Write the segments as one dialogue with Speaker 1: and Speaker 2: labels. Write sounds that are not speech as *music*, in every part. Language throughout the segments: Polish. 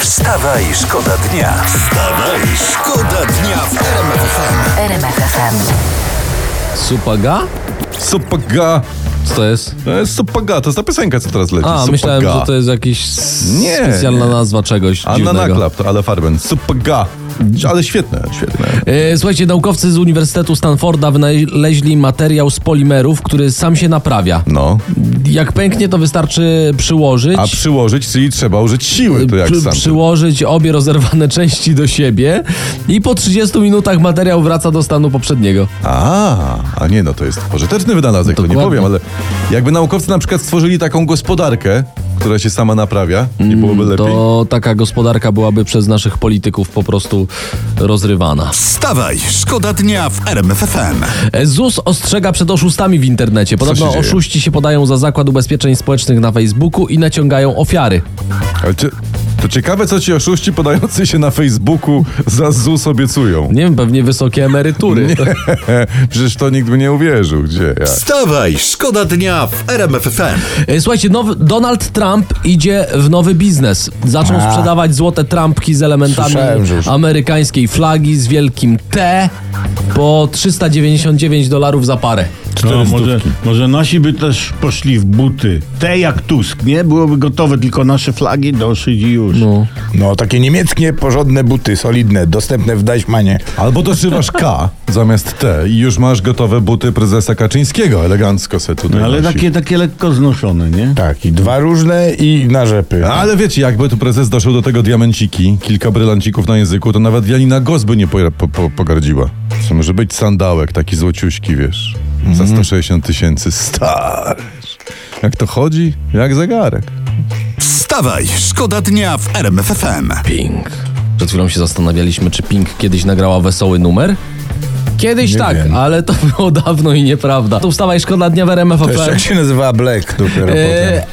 Speaker 1: Wstawaj, szkoda dnia. Wstawaj, szkoda dnia w RMFFM.
Speaker 2: RMF FM.
Speaker 3: Supaga?
Speaker 4: Sopaga.
Speaker 3: Co to jest?
Speaker 4: To jest Sopaga, E, to jest ta piosenka, co teraz leci.
Speaker 3: A,
Speaker 4: Sopaga.
Speaker 3: myślałem, że to jest jakiś s-
Speaker 4: Nie,
Speaker 3: specjalna
Speaker 4: nie.
Speaker 3: nazwa czegoś
Speaker 4: Anna
Speaker 3: dziwnego.
Speaker 4: Naklap, to Ale Farben. Sopaga. Ale świetne, świetne.
Speaker 3: E, Słuchajcie, naukowcy z Uniwersytetu Stanforda wynaleźli materiał z polimerów, który sam się naprawia.
Speaker 4: No.
Speaker 3: Jak pęknie, to wystarczy przyłożyć.
Speaker 4: A przyłożyć, czyli trzeba użyć siły, to jak
Speaker 3: przy-
Speaker 4: sam.
Speaker 3: przyłożyć obie rozerwane *laughs* części do siebie i po 30 minutach materiał wraca do stanu poprzedniego.
Speaker 4: A, a nie, no to jest pożyteczny wynalazek, to nie
Speaker 3: Dokładnie.
Speaker 4: powiem, ale jakby naukowcy na przykład stworzyli taką gospodarkę, która się sama naprawia, nie byłoby lepiej.
Speaker 3: Mm, To taka gospodarka byłaby przez naszych polityków po prostu rozrywana.
Speaker 1: Wstawaj, szkoda dnia w RMFFM.
Speaker 3: E, ZUS ostrzega przed oszustami w internecie.
Speaker 4: się
Speaker 3: Podobno
Speaker 4: dzieje?
Speaker 3: oszuści się podają za Zakład Ubezpieczeń Społecznych na Facebooku i naciągają ofiary.
Speaker 4: Ale cie- to ciekawe, co ci oszuści podający się na Facebooku za ZUS obiecują.
Speaker 3: Nie wiem, pewnie wysokie
Speaker 4: *laughs*
Speaker 3: emerytury.
Speaker 4: Przecież to nikt by nie uwierzył, gdzie jak.
Speaker 1: Wstawaj, szkoda dnia w RMFFM.
Speaker 3: E, Słuchajcie, nowy, Donald Trump idzie w nowy biznes. Zaczął sprzedawać złote trampki z elementami
Speaker 4: Słyszałem, że już-
Speaker 3: amerykańskiej flagi z wielkim T po 399 dolarów za parę.
Speaker 5: No, może, może nasi by też poszli w buty. Te jak Tusk, nie? Byłoby gotowe, tylko nasze flagi doszyć i już.
Speaker 6: No, takie niemieckie, porządne buty, solidne, dostępne w Deichmanie.
Speaker 4: Albo doszywasz K zamiast T i już masz gotowe buty prezesa Kaczyńskiego. Elegancko se tutaj
Speaker 5: No, ale
Speaker 4: nosi.
Speaker 5: takie, takie lekko znoszone, nie?
Speaker 6: Tak, i dwa różne i na rzepy.
Speaker 4: Ale wiecie, jakby tu prezes doszył do tego diamenciki, kilka brylancików na języku, to nawet Janina Gos by nie po, po, po, pogardziła. Co może być sandałek, taki złociuśki, wiesz,
Speaker 5: Mhm.
Speaker 4: za 160 tysięcy. Star! Jak to chodzi? Jak zegarek.
Speaker 1: Wstawaj, szkoda dnia w RMFFM.
Speaker 3: Pink. Przed chwilą się zastanawialiśmy, czy Pink kiedyś nagrała wesoły numer. Kiedyś tak,
Speaker 6: wiem.
Speaker 3: ale to *laughs* było dawno i nieprawda. To wstawaj szkoda dnia w RMF
Speaker 6: To jeszcze jak się nazywa Black dopiero potem.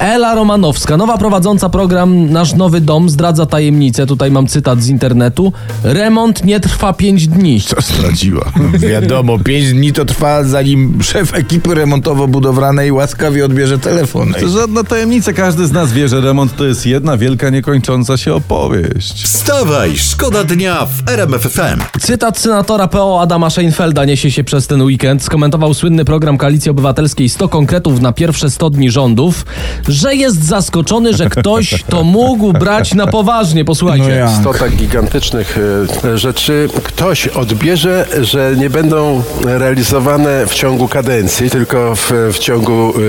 Speaker 3: E, Ela Romanowska, nowa prowadząca program Nasz Nowy Dom zdradza tajemnicę. Tutaj mam cytat z internetu. Remont nie trwa 5 dni.
Speaker 4: To straciła.
Speaker 6: Wiadomo, pięć dni to trwa, zanim szef ekipy remontowo-budowlanej łaskawie odbierze telefon.
Speaker 4: *laughs* No To żadna tajemnica, każdy z nas wie, że remont to jest jedna wielka, niekończąca się opowieść.
Speaker 1: Wstawaj, szkoda dnia w RMFFM.
Speaker 3: Cytat senatora PO Adama Szeinfelda niesie się przez ten weekend. Skomentował słynny program Koalicji Obywatelskiej 100 konkretów na pierwsze 100 dni rządów, że jest zaskoczony, że ktoś to mógł brać na poważnie. Posłuchajcie.
Speaker 6: No ja.
Speaker 7: 100 tak gigantycznych e, rzeczy ktoś odbierze, że nie będą realizowane w ciągu kadencji, tylko w, w ciągu y,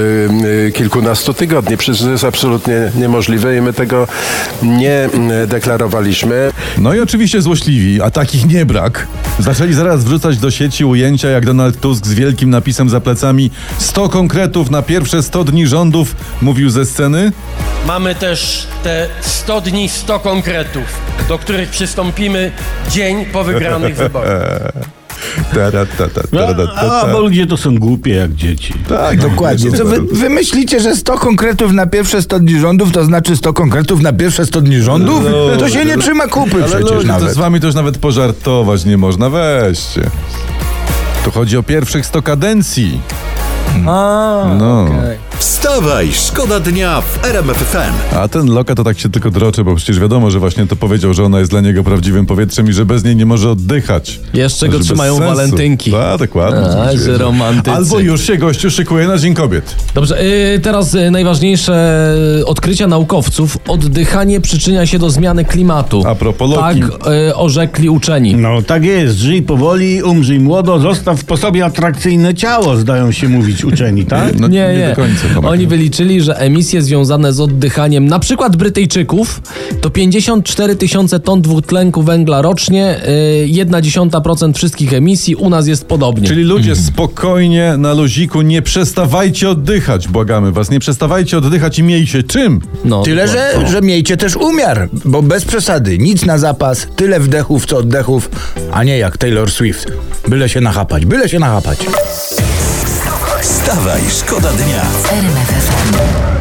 Speaker 7: y, kilkunastu tygodni. Przecież to jest absolutnie niemożliwe i my tego nie mm, deklarowaliśmy.
Speaker 4: No i oczywiście złośliwi, a takich nie brak, zaczęli zaraz wrzucać do sieci ujęcia, jak Donald Tusk z wielkim napisem za plecami 100 konkretów na pierwsze 100 dni rządów mówił ze sceny.
Speaker 8: Mamy też te 100 dni, 100 konkretów, do których przystąpimy dzień po wygranych wyborach.
Speaker 4: Tara, ta, ta,
Speaker 5: A,
Speaker 4: tara, ta,
Speaker 5: a,
Speaker 4: ta.
Speaker 5: bo ludzie to są głupie jak dzieci.
Speaker 4: Tak, no,
Speaker 6: Dokładnie. Co wy, wy myślicie, że 100 konkretów na pierwsze 100 dni rządów to znaczy 100 konkretów na pierwsze 100 dni rządów?
Speaker 4: No,
Speaker 6: To się nie
Speaker 4: no,
Speaker 6: trzyma kupy
Speaker 4: Ale
Speaker 6: przecież
Speaker 4: ludzie, to
Speaker 6: nawet.
Speaker 4: z wami to już nawet pożartować nie można, weźcie. Tu chodzi o pierwszych 100 kadencji.
Speaker 3: A,
Speaker 4: No.
Speaker 3: okej.
Speaker 1: Wstawaj, szkoda dnia w RMFFM.
Speaker 4: A ten Loka to tak się tylko droczy, bo przecież wiadomo, że właśnie to powiedział, że ona jest dla niego prawdziwim powietrzem i że bez niej nie może oddychać.
Speaker 3: Jeszcze go
Speaker 4: Że bez
Speaker 3: trzymają
Speaker 4: sensu.
Speaker 3: walentynki.
Speaker 4: Tak, dokładnie.
Speaker 3: A,
Speaker 4: Dziękuję.
Speaker 3: że romantycy.
Speaker 4: Albo już się gościu szykuje na Dzień Kobiet.
Speaker 3: Dobrze, y, teraz y, najważniejsze y, odkrycia naukowców. Oddychanie przyczynia się do zmiany klimatu.
Speaker 4: A propos Loki.
Speaker 3: Tak y, orzekli uczeni.
Speaker 5: No tak jest, żyj powoli, umrzyj młodo, zostaw po sobie atrakcyjne ciało, zdają się mówić uczeni, tak?
Speaker 4: No,
Speaker 3: nie,
Speaker 4: nie
Speaker 3: nie.
Speaker 4: do końca, tak. Tomek.
Speaker 3: Oni wyliczyli, że emisje związane z oddychaniem na przykład Brytyjczyków to 54 tysiące ton dwutlenku węgla rocznie, y, 1,1% wszystkich emisji, u nas jest podobnie.
Speaker 4: Czyli ludzie, spokojnie, na luziku, nie przestawajcie oddychać, błagamy was. Nie przestawajcie oddychać i miej się czym.
Speaker 3: no,
Speaker 6: Tyle, że, że miejcie też umiar, bo bez przesady, nic na zapas, tyle wdechów co oddechów, a nie jak Taylor Swift. Byle się nachapać, byle się nachapać.
Speaker 1: Wstawaj, szkoda dnia.
Speaker 2: RMF FM.